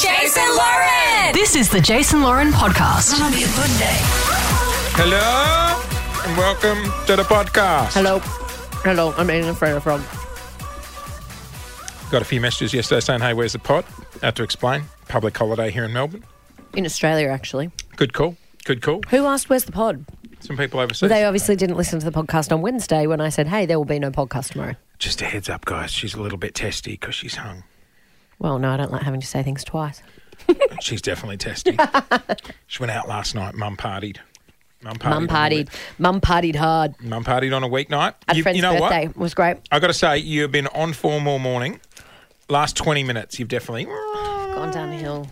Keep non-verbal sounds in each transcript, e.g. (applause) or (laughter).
Jason Lauren. This is the Jason Lauren podcast. It'll be a good day. Hello and welcome to the podcast. Hello. Hello, I'm Aiden Freda from. Got a few messages yesterday saying, hey, where's the pod? Had to explain. Public holiday here in Melbourne. In Australia, actually. Good call. Good call. Who asked, Where's the pod? Some people Well, overseas. they obviously didn't listen to the podcast on Wednesday when I said, Hey, there will be no podcast tomorrow. Just a heads up, guys. She's a little bit testy because she's hung. Well, no, I don't like having to say things twice. She's definitely (laughs) testy. she went out last night. Mum partied. Mum partied. Mum partied. Mum partied hard. On a week- Mum partied on a weeknight. Our You, friend's you know birthday what? was great. i got to say, you've been on form all morning. Last 20 minutes, you've definitely. Gone downhill.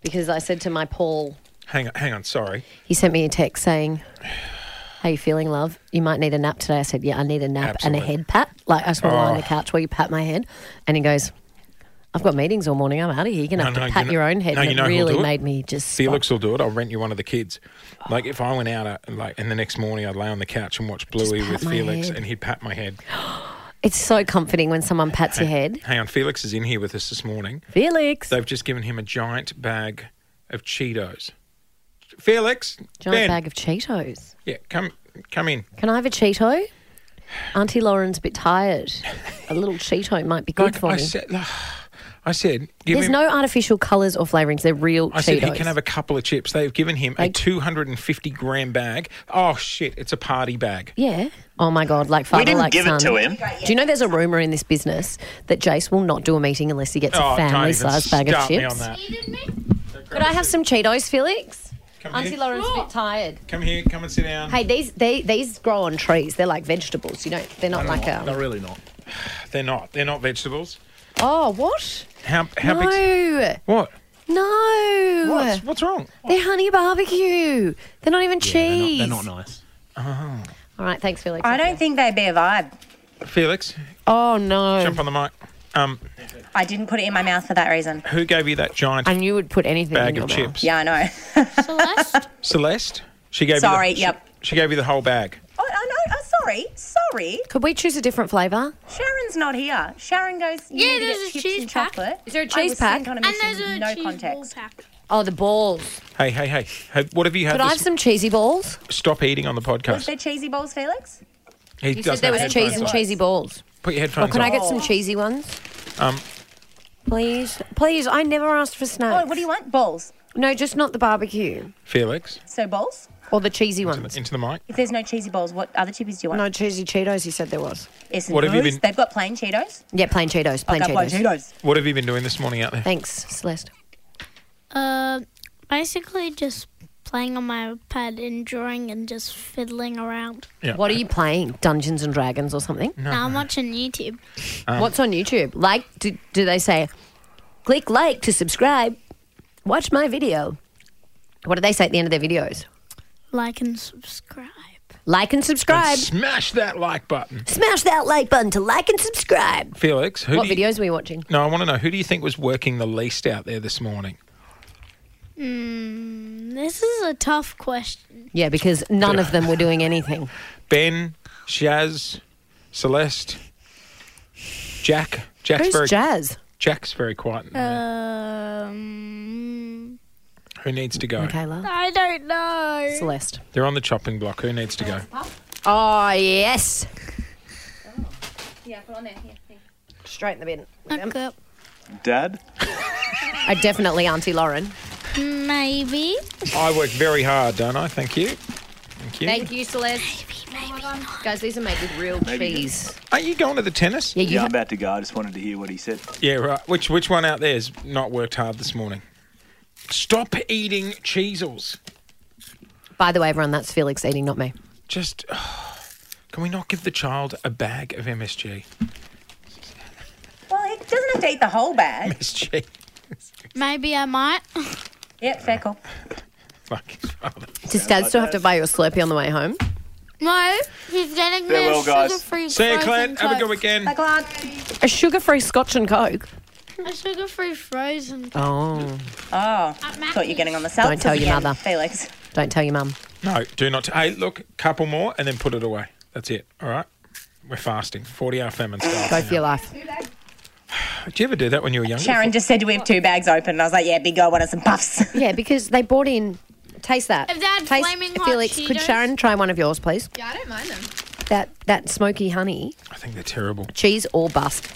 Because I said to my Paul, Hang on, hang on, sorry. he sent me a text saying, How you feeling, love? You might need a nap today. I said, Yeah, I need a nap and a Absolutely. head pat. Like I just want to lie on Oh. the couch where you pat my head. And he goes, I've got meetings all morning. I'm out of here. You're gonna No, have no, to you pat know- your own head. no, and you it know who'll really do it? made me just Felix will do it. I'll rent you one of the kids. Like if I went out, uh, like, and the next morning I'd lay on the couch and watch Bluey pat with my Felix, head. and he'd pat my head. It's so comforting when someone pats (laughs) your head. Hang on, Felix is in here with us this morning. Felix. They've just given him a giant bag of Cheetos. Felix, Giant Ben. bag of Cheetos. yeah, come, come in. Can I have a Cheeto? Auntie Lauren's a bit tired. A little Cheeto might be good (laughs) Like for I me. said, I said, give There's him. no artificial colours or flavourings. They're real I Cheetos. said he can have a couple of chips. They've given him a Like- 250 gram bag. Oh shit, it's a party bag. yeah. Oh my God, like father, We didn't like give son. it to him. Do you know there's a rumour in this business that Jace will not do a meeting unless he gets Oh, a don't family even sized bag of start me chips? on that. Could I have some Cheetos, Felix? Come Auntie here. Lauren's a bit tired. Come here, come and sit down. Hey, these they, these grow on trees. They're like vegetables. You don't. They're not like a. really not. They're not. They're not vegetables. Oh, what? How how big? no. What? No. What's, what's wrong? They're honey barbecue. They're not even cheese. They're not, they're not nice. All right, thanks, Felix. I don't think they'd be a vibe. Felix, Oh no! jump on the mic. Um, I didn't put it in my mouth for that reason. who gave you that giant And you would put anything in bag your of mouth. chips? Yeah, I know. (laughs) Celeste. She gave. Sorry, You the, yep. She, she gave you the whole bag. Oh, I know. Oh, sorry. Sorry. Could we choose a different flavour? Sharon's not here. Sharon goes, you need Yeah, to there's get a chips cheese and pack. chocolate. Is there a I cheese was pack? sent on And mission, there's a no cheese context. ball pack. Oh, the balls. Hey, hey, hey. Hey, what have you had? Could I have this- some cheesy balls? Stop eating on the Is there podcast. cheesy balls, Felix? He You does said there have was cheese and headphones on. cheesy balls. Put your Or headphones Oh, can on. I get some cheesy ones? Um, Please, please. I never asked for snacks. Oh, what do you want? Balls. No, just not the barbecue Felix So balls. or the cheesy into the- ones. into the mic. If there's no cheesy balls, what other chippies do you want? No cheesy Cheetos. He said there was. Yes, What have you Bruce, been- They've got plain Cheetos. Yeah, plain Cheetos. Plain I've got Cheetos. plain Cheetos. What have you been doing this morning out there? Thanks, Celeste. Uh, basically just playing on my iPad and drawing and just fiddling around. Yeah. What are you playing? Dungeons and Dragons or something? Now I'm watching YouTube. What's on YouTube? Like, do, do they say, click like to subscribe, watch my video? What do they say at the end of their videos? Like and subscribe. Like and subscribe. Smash that like button, Smash that like button to like and subscribe. Felix. Who What do you- videos were you watching? No, I want to know who do you think was working the least out there this morning? This is a tough question. Yeah, because none of them were doing (laughs) anything. Ben, Shaz, Celeste, Jack. Uh, Jack's Who's very Jazz? Jack's very quiet. in there. Um, Who needs to go? Michaela? I don't know. Celeste. They're on the chopping block. Who needs to go? Oh, yes. Straight in the bin. Okay. Dad? I definitely Auntie Lauren. Maybe. I work very hard, don't I? Thank you. Thank you. Thank you, Celeste. Guys, these are made with real Maybe. cheese. Are you going to the tennis? Yeah, you Yeah, I'm have- about to go. I just wanted to hear what he said. Yeah, right. Which which one out there's not worked hard this morning? Stop eating cheesels. By the way, everyone, that's Felix eating, not me. Just (sighs) can we not give the child a bag of (laughs) MSG? Well, he doesn't have to eat the whole bag. (laughs) MSG. Maybe I might. (laughs) yep, fair call. Fuck. Does Dad still have to buy you a Slurpee on the way home? No, he's getting Farewell, me a guys. sugar-free See you, frozen Clint. Have a good Coke. weekend. Bye, Clark. A sugar-free Scotch and Coke. A sugar-free frozen. Coke. Oh, Oh, thought At you were Mackey's. getting on the cell. Don't tell your again, mother. Felix. don't tell your mum. No, do not. Hey, look, couple more and then put it away. That's it. All right. We're fasting, 40 hour famine style. Go for your life. Did you ever do that when you were younger? Sharon just said, Do we have two bags open? And I was like, Yeah, big girl wanted some puffs. (laughs) Yeah, because they bought in. Taste that. If they had Taste, flaming hot Felix, could Cheetos- Sharon try one of yours, please? Yeah, I don't mind them. That that smoky honey, I think they're terrible. cheese or bust.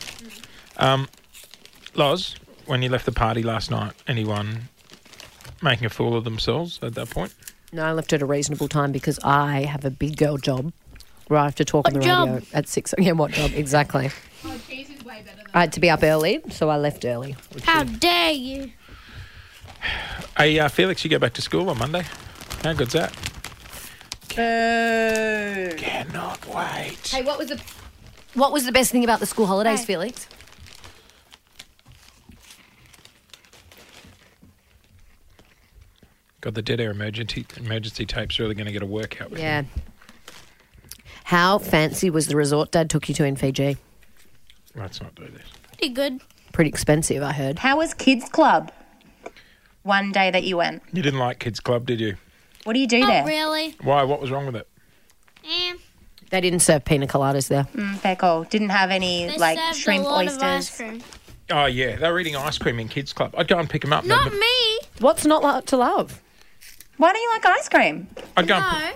Loz, when you left the party last night, anyone making a fool of themselves at that point? No, I left at a reasonable time because I have a big girl job where I have to talk on What the job? radio at six. (laughs) Yeah, what job exactly? Oh, cheese is way better than I had to be up early, so I left early. How dare you? Hey, uh, Felix, you go back to school on Monday. How good's that? Boo. Cannot wait. Hey, what was the What was the best thing about the school holidays, Hey. Felix? God, the dead air emergency emergency tape's really going to get a workout. with Yeah. How fancy was the resort Dad took you to in Fiji? you. Let's not do this. Pretty good. Pretty expensive, I heard. How was kids' club one day that you went? You didn't like kids' club, did you? What do you do there? Not really. Why? What was wrong with it? Eh, They didn't serve pina coladas there. Mm, fair call. Didn't have any they like served shrimp a lot of ice oysters. cream. Oh yeah, they were eating ice cream in kids' club. I'd go and pick them up. and Not they'd- me. What's not lo- to love? Why don't you like ice cream? I'd go. And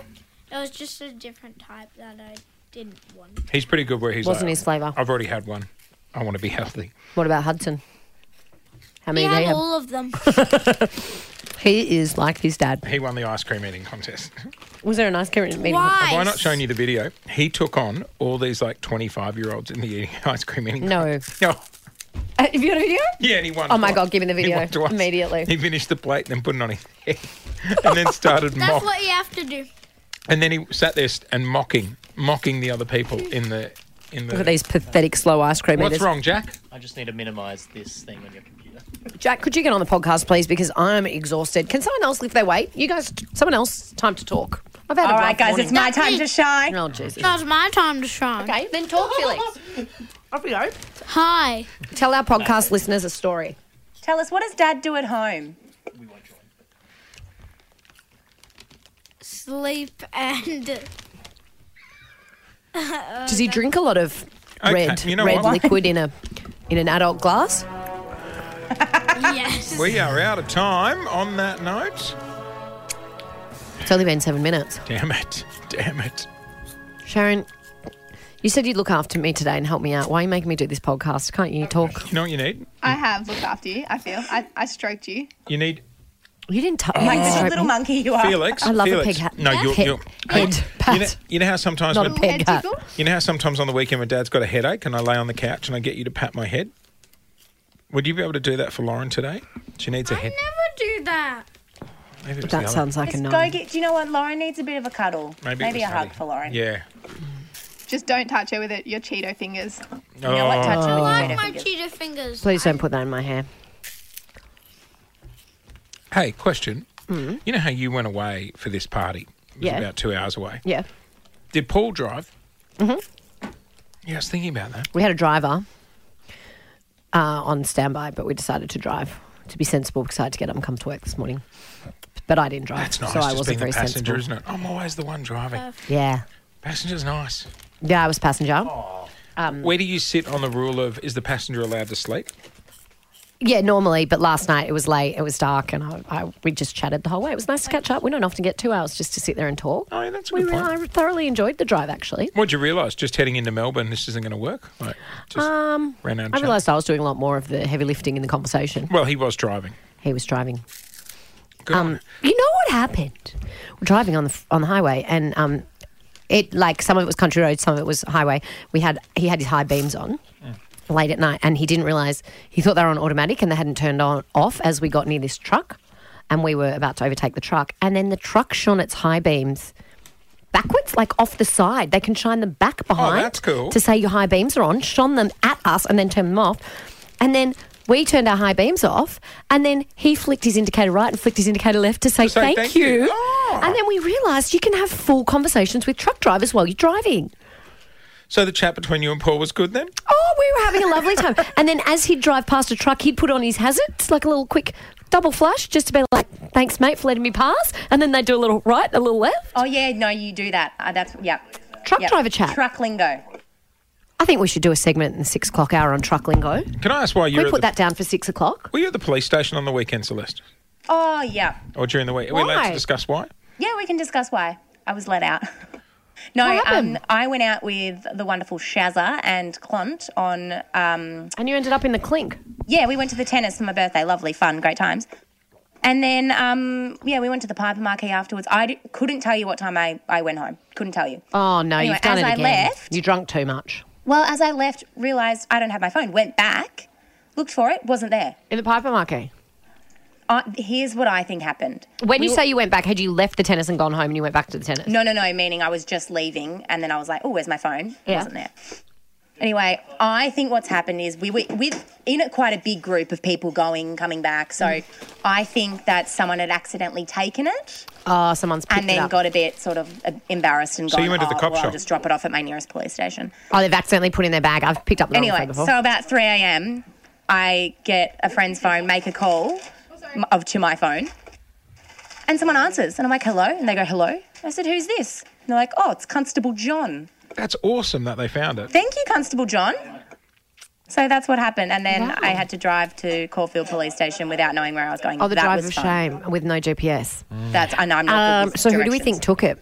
No, it was just a different type that I didn't want. pick- he's pretty good where he's. Wasn't like, his flavour. I've already had one. I want to be healthy. What about Hudson? How He many had do you have? all (laughs) of them. He is like his dad. He won the ice cream eating contest. (laughs) Was there an ice cream meeting? Why? Why not showing you the video? He took on all these like twenty-five-year-olds in the eating (laughs) ice cream eating. No. No. Uh, have you got a video? (laughs) Yeah, and he won. Oh my twice. God, give me the He video won twice. immediately. He finished the plate and then put it on his head, (laughs) and then started That's mock. what you have to do. And then he sat there st- and mocking, mocking the other people in the in the. Look at these pathetic slow ice cream What's eaters. wrong, Jack? I just need to minimize this thing on your computer. Jack, could you get on the podcast, please? Because I'm exhausted. Can someone else lift their weight? You guys, someone else, time to talk. I've had All a right, rough guys, morning. it's my time to shine. Oh, Jesus. That was my time to shine. Okay, then talk, Felix. Off we go. Hi. Tell our podcast listeners a story. Tell us, what does Dad do at home? We won't join. Sleep and (laughs) Does he drink a lot of Okay, red, you know red what? liquid in a in an adult glass? yes. We are out of time. On that note, It's only been seven minutes. damn it, damn it. Sharon, you said you'd look after me today and help me out. Why are you making me do this podcast? Can't you talk? You know what you need? I have looked after you, I feel. I, I stroked you. You need You didn't touch Like me. the little monkey you are. Felix. I love a Felix. pig hat. No, you're, Head- you're head You know, pat. you know how sometimes Not a when, pig. Head hat. tickle? you know how sometimes on the weekend when Dad's got a headache and I lay on the couch and I get you to pat my head. Would you be able to do that for Lauren today? She needs a I head. never do that. Maybe it was the That other- sounds like a Let's no. go get. Do you know what? Lauren needs a bit of a cuddle. Maybe, it a was hug Huddy. for Lauren. Yeah. Just don't touch her with it, your Cheeto fingers. You know what? Oh. Touch her with your Like potato my fingers. cheetah fingers. Please don't put that in my hair. Hey, question. You know how you went away for this party? It was Mm-hmm. Yeah. about two hours away. Yeah. Did Paul drive? Mm-hmm. Yeah, I was thinking about that. We had a driver uh, on standby, but we decided to drive to be sensible because I had to get up and come to work this morning. But I didn't drive, That's nice. so I just wasn't being very the passenger, sensible. isn't it? I'm always the one driving. Uh. Yeah, Passenger's nice. yeah, I was passenger. Where do you sit on the rule of is the passenger allowed to sleep? Yeah, normally, but last night it was late, it was dark, and I, I we just chatted the whole way. It was nice to catch up. We don't often get two hours just to sit there and talk. Oh, yeah, that's a we good re- point. I thoroughly enjoyed the drive actually. What'd you realise? Just heading into Melbourne, this isn't going to work. Like, just Um, ran out. Of I chat. realised I was doing a lot more of the heavy lifting in the conversation. Well, he was driving. He was driving. Good. Um, you know what happened? We're driving on the f- on the highway, and um, it like some of it was country roads, some of it was highway. We had he had his high beams on. Late at night, and he didn't realize he thought they were on automatic and they hadn't turned on off as we got near this truck, and we were about to overtake the truck. And then the truck shone its high beams backwards, like off the side. They can shine them back behind that's cool. to say your high beams are on. Shone them at us and then turned them off, and then we turned our high beams off, and then he flicked his indicator right and flicked his indicator left to say, say thank, thank you. you. Oh. And then we realised you can have full conversations with truck drivers while you're driving. so the chat between you and Paul was good then. Oh, we were having a lovely time. and then as he'd drive past a truck, he'd put on his hazards, like a little quick double flush, just to be like, thanks, mate, for letting me pass. And then they do a little right, a little left. Oh yeah, no, you do that. Uh, that's yeah. Truck Yep. driver chat. Truck lingo. I think we should do a segment in the six o'clock hour on Truck Lingo. Can Can I ask why you we were put at the, that down for six o'clock? were you at the police station on the weekend, Celeste, Oh, yeah. or during the week? Are we allowed Why? to discuss why? Yeah, we can discuss why I was let out. (laughs) no, What happened? um, I went out with the wonderful Shazza and Clont on. Um, And you ended up in the clink. yeah, we went to the tennis for my birthday. Lovely, fun, great times. And then, um, yeah, we went to the Piper Marquee afterwards. I d- couldn't tell you what time I, I went home. Couldn't tell you. Oh no, Anyway, you've as done it I again. left- You drunk too much. Well, as I left, realised I don't have my phone. Went back, looked for it, wasn't there. In the Piper Marquee. Uh, here's what I think happened. When you say you went back, had you left the tennis and gone home and you went back to the tennis? No, no, no. Meaning I was just leaving, and then I was like, "Oh, where's my phone?" It Yeah. wasn't there. Anyway, I think what's happened is we were with in a, quite a big group of people going, coming back. So Mm. I think that someone had accidentally taken it Oh, someone's picked and then it up. got a bit sort of uh, embarrassed and gone, you went to the "Oh, cop well, I'll shop?" just drop it off at my nearest police station." oh, they've accidentally put in their bag. I've picked up the wrong phone Anyway, before. so about 3 a.m., I get a friend's phone, make a call Oh, m- of, to my phone, and someone answers. And I'm like, hello? And they go, hello? I said, who's this? And they're like, oh, it's Constable John. That's awesome that they found it. Thank you, Constable John. So that's what happened. And then I had to drive to Caulfield Police Station without knowing where I was going. oh, the that drive was of fun. shame with no GPS. That's, I know I'm not good Um, with so who do we think directions. took it?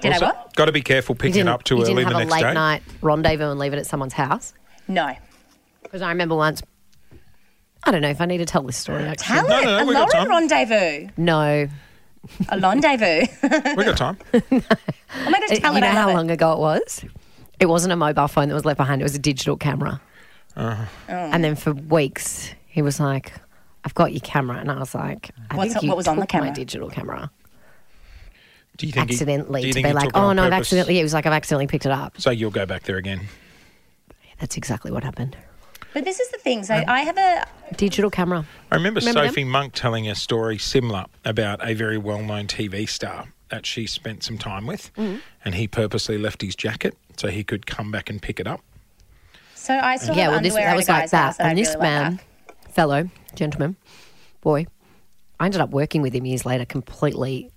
Did I what? got to be careful You picking it didn't, up too you early didn't have the a next late day. night rendezvous and leave it at someone's house. No. Because I remember once. I don't know if I need to tell this story. Actually. Tell No, it. no, no, we a got Lauren time. rendezvous. No, A (laughs) rendezvous. We got time. I'm going to It- tell you it. know I love how it. long ago it was? It wasn't a mobile phone that was left behind. It was a digital camera. Uh-huh. Oh. And then for weeks, he was like, "I've got your camera," and I was like, I What's- think you what was on the took My camera? digital camera Do you think he- accidentally do you to think be he like, took it "Oh on no, I've purpose? accidentally." He was like, "I've accidentally picked it up." So you'll go back there again. That's exactly what happened. But this is the thing. So I have a Digital camera. I remember, Remember Sophie Monk telling a story similar about a very well known TV star that she spent some time with, and he purposely left his jacket so he could come back and pick it up. So I still yeah, have well, this underwear that at was a like guy's that, house that I and this really like man, that. fellow gentleman, boy, I ended up working with him years later. Completely,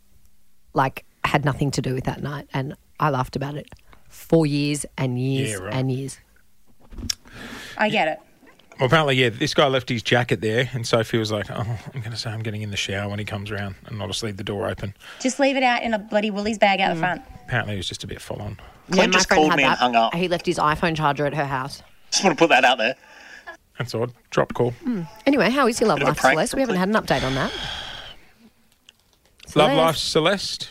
like, had nothing to do with that night, and I laughed about it for years and years Yeah, right. and years. I get it. Well, apparently, yeah, this guy left his jacket there, and Sophie was like, "Oh, I'm going to say I'm getting in the shower when he comes round, and I'll just leave the door open." Just leave it out in a bloody woolies bag Mm. out the front. Apparently, he was just a bit full on. Yeah, my just friend called had me and that. hung up. He left his iPhone charger at her house. (laughs) Just want to put that out there. That's odd. Drop call. Anyway, how is your love Bit of a life, prank, Celeste? We haven't had an update on that. Love Celeste. life, Celeste.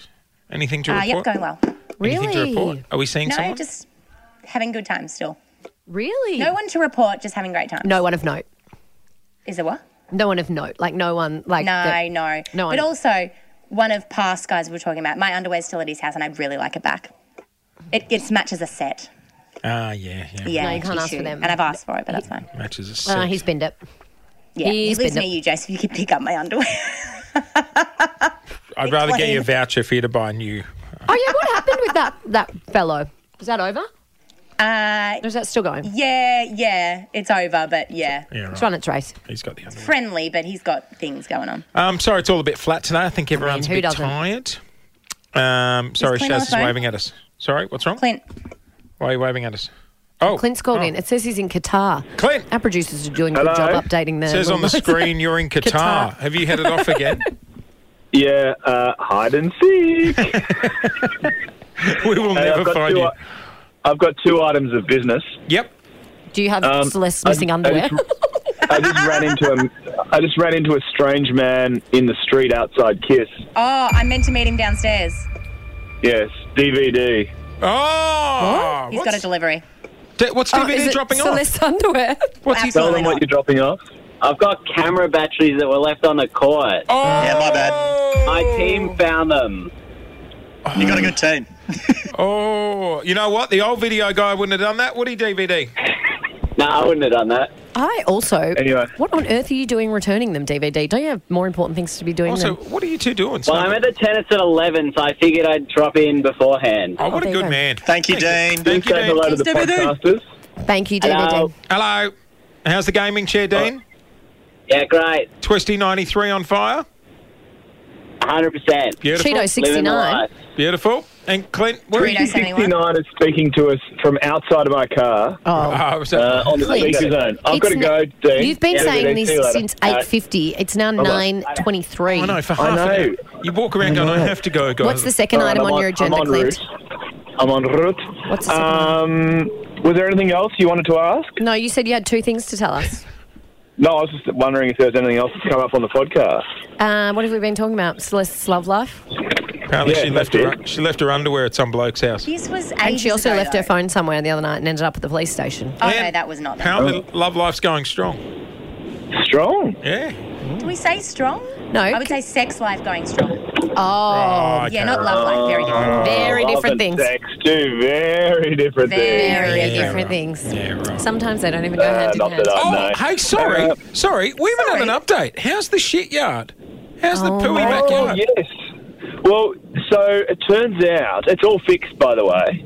Anything to Uh, report? yep, going well. Anything to report? Really? Are we seeing No, someone? just having good times still. Really? No one to report, just having great times. No one of note. Is it what? No one of note. Like no one. Like No, that- no. No one. But also, one of past guys we were talking about, my underwear's still at his house and I'd really like it back. It, it matches a set. Ah, yeah, yeah. Yeah, No, you can't ask for issue. them. And I've asked for it, but that's fine. Matches a Uh, set. he's binned it. Yeah, he He's lives been- near you, Jace. If you could pick up my underwear, (laughs) I'd rather get you a Explain. voucher for you to buy new. Oh yeah, what happened with that that fellow? Is that over? uh, Or is that still going? yeah, yeah, it's over. But yeah, Yeah, It's right. run its race. He's got the underwear. friendly, but he's got things going on. Um, sorry, it's all a bit flat today. I think everyone's who a bit doesn't? tired. Um, sorry, Clint on Shaz the is eh? phone? waving at us. Sorry, what's wrong? Clint, Why are you waving at us? Oh, Clint's called oh. in. Uh, It says he's in Qatar. Clint! Our producers are doing a good Hello? job updating their. It says on (laughs) the little- screen you're in Qatar. Qatar. Have you headed off (laughs) again? Yeah, uh, hide and seek. we will Hey, never find two, you. i- I've got two items of business. Yep. Do you have Um, Celeste's I- missing I underwear? (laughs) just- I just ran into a, (laughs) I just ran into a strange man in the street outside Kiss. oh, I meant to meet him downstairs. Yes, DVD. Oh, He's got a what's, delivery. d- what's Oh, is DVD it dropping Celeste's underwear. off? What's he Tell Absolutely them what not. you're dropping off. I've got camera batteries that were left on the court. Oh, Yeah, my bad. My team found them. You got a good team. Oh, you know what? The old video guy wouldn't have done that, would he? DVD. No, I wouldn't have done that. I also. Anyway. What on earth are you doing returning them, DVD? Don't you have more important things to be doing? Also, than- what are you two doing? Well, I'm at the tennis at 11, so I figured I'd drop in befororehand. oh, what Oh, a there you good go. man. Thank you, Dean. Thank Thanks, you, guys. Dean. Hello to the Thanks, DVD. podcasters. Thank you, DVD. Hello. Hello. How's the gaming chair, Dean? Yeah, great. Twisty ninety three on fire. 100%. Beautiful. Cheeto Living the 69. life. Beautiful. And Clint, where are you? 69 is speaking to us from outside of my car. Oh, Ah, uh, on the Clint. speaker zone. I've got to It's go, n- Dean. You've been Yeah, saying Dean, this see you later. since Uh, 8.50. It's now Bye-bye. 9.23. I know, for half an hour. You walk around going, I have to go, guys. What's the second All right, item I'm on, your agenda, I'm on Clint? route. I'm on route. What's the um, Was there anything else you wanted to ask? No, you said you had two things to tell us. No, I was just wondering if there was anything else that's come up on the podcast. Uh, what have we been talking about? Celeste's love life? Apparently, Yeah, she left her she left her underwear at some bloke's house. This was ages And she also ago, left her though. phone somewhere the other night and ended up at the police station. Oh no, that was not. That. Apparently, love life's going strong. Strong. Yeah. Do we say strong? No. I would say sex life going strong. Oh, okay. Yeah, not love life. Very Oh, different. very Love different and things. Sex, two very different things. Very Very different. different things. Yeah, right. Sometimes they don't even go Uh, hand in knocked hand. it up, Oh, no. hey, sorry, Uh, sorry. We even have an update. How's the shit yard? How's the pooey Oh, backyard? yes. (laughs) Well, so it turns out it's all fixed, by the way.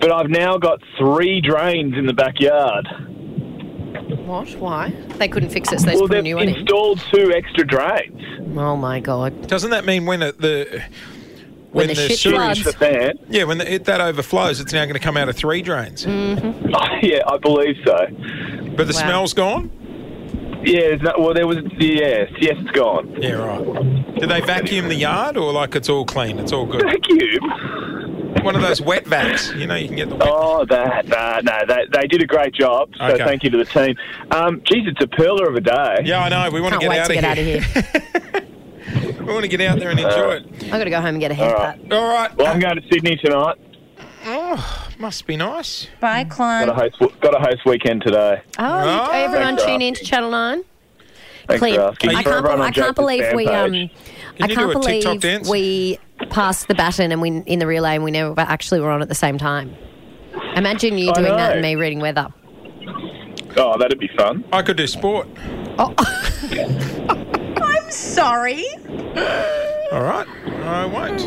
But I've now got three drains in the backyard. What? Why? They couldn't fix it, so they well, just put a they've new one eh? in. installed two extra drains. Oh my god. Doesn't that mean when it, the When the shit sewage- floods. The fan. (laughs) Yeah, when the, it, that overflows, it's now going to come out of three drains. yeah, I believe so. But the Mm, Wow. smell's gone. Yeah, no, well, there was. Yes, yes, it's gone. Yeah, right. Do they vacuum the yard or like it's all clean? It's all good. Vacuum. One of those wet vacs. You know, you can get the wet. Oh, that, that no, they, they did a great job. So Okay. thank you to the team. Um, geez, it's a pearler of a day. Yeah, I know. We want Can't to get wait out of to get out of here. here. We want to get out there and enjoy it. I've got to go home and get a (laughs) haircut. All right. Uh, Well, I'm going to Sydney tonight. Oh, must be nice. Bye, Got a Klein. host. Got a host weekend today. Oh, you- Right. everyone Thanks, tune Ralph. in to Channel 9. Thanks Clint, for asking. I For can't, everyone on I can't Jason's believe fan we um, page. Can I you do can't a TikTok believe dance? we passed the baton and we in the relay and we never actually were on at the same time. Imagine you I doing that know. and me reading weather. Oh, that'd be fun. I could do sport. I'm sorry. All right. I won't.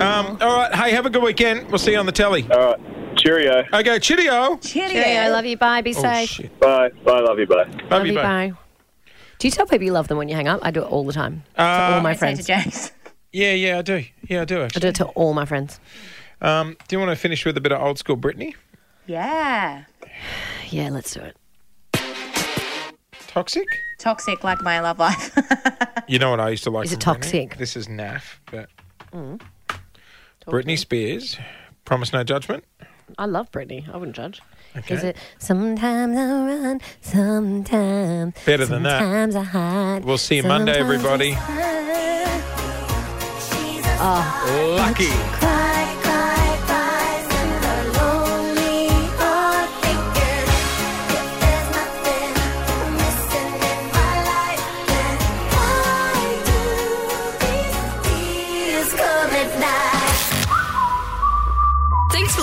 Um, all right. Hey, have a good weekend. We'll see you on the telly. All right. Cheerio. Okay, cheerio. Cheerio. Cheerio, I love you. Bye. Be Oh, safe. shit. Bye. Bye. Love you. Bye. Love, you, bye. Do you tell people you love them when you hang up? I do it all the time. Uh, to all I my say friends. to James. Yeah, yeah, I do. Yeah, I do, I actually. do it to all my friends. Um, do you want to finish with a bit of old school Britney? (laughs) Yeah. Yeah, let's do it. Toxic? Toxic like my love life. (laughs) You know what I used to like? Is it from Britney? toxic? Mm. This is naff, but Britney Spears, promise no judgment. I love Britney. I wouldn't judge. Is Okay. it sometimes I run, sometimes Better than that. Sometimes I hide. We'll see you Monday, sometimes I everybody. hide. Lucky. Thanks for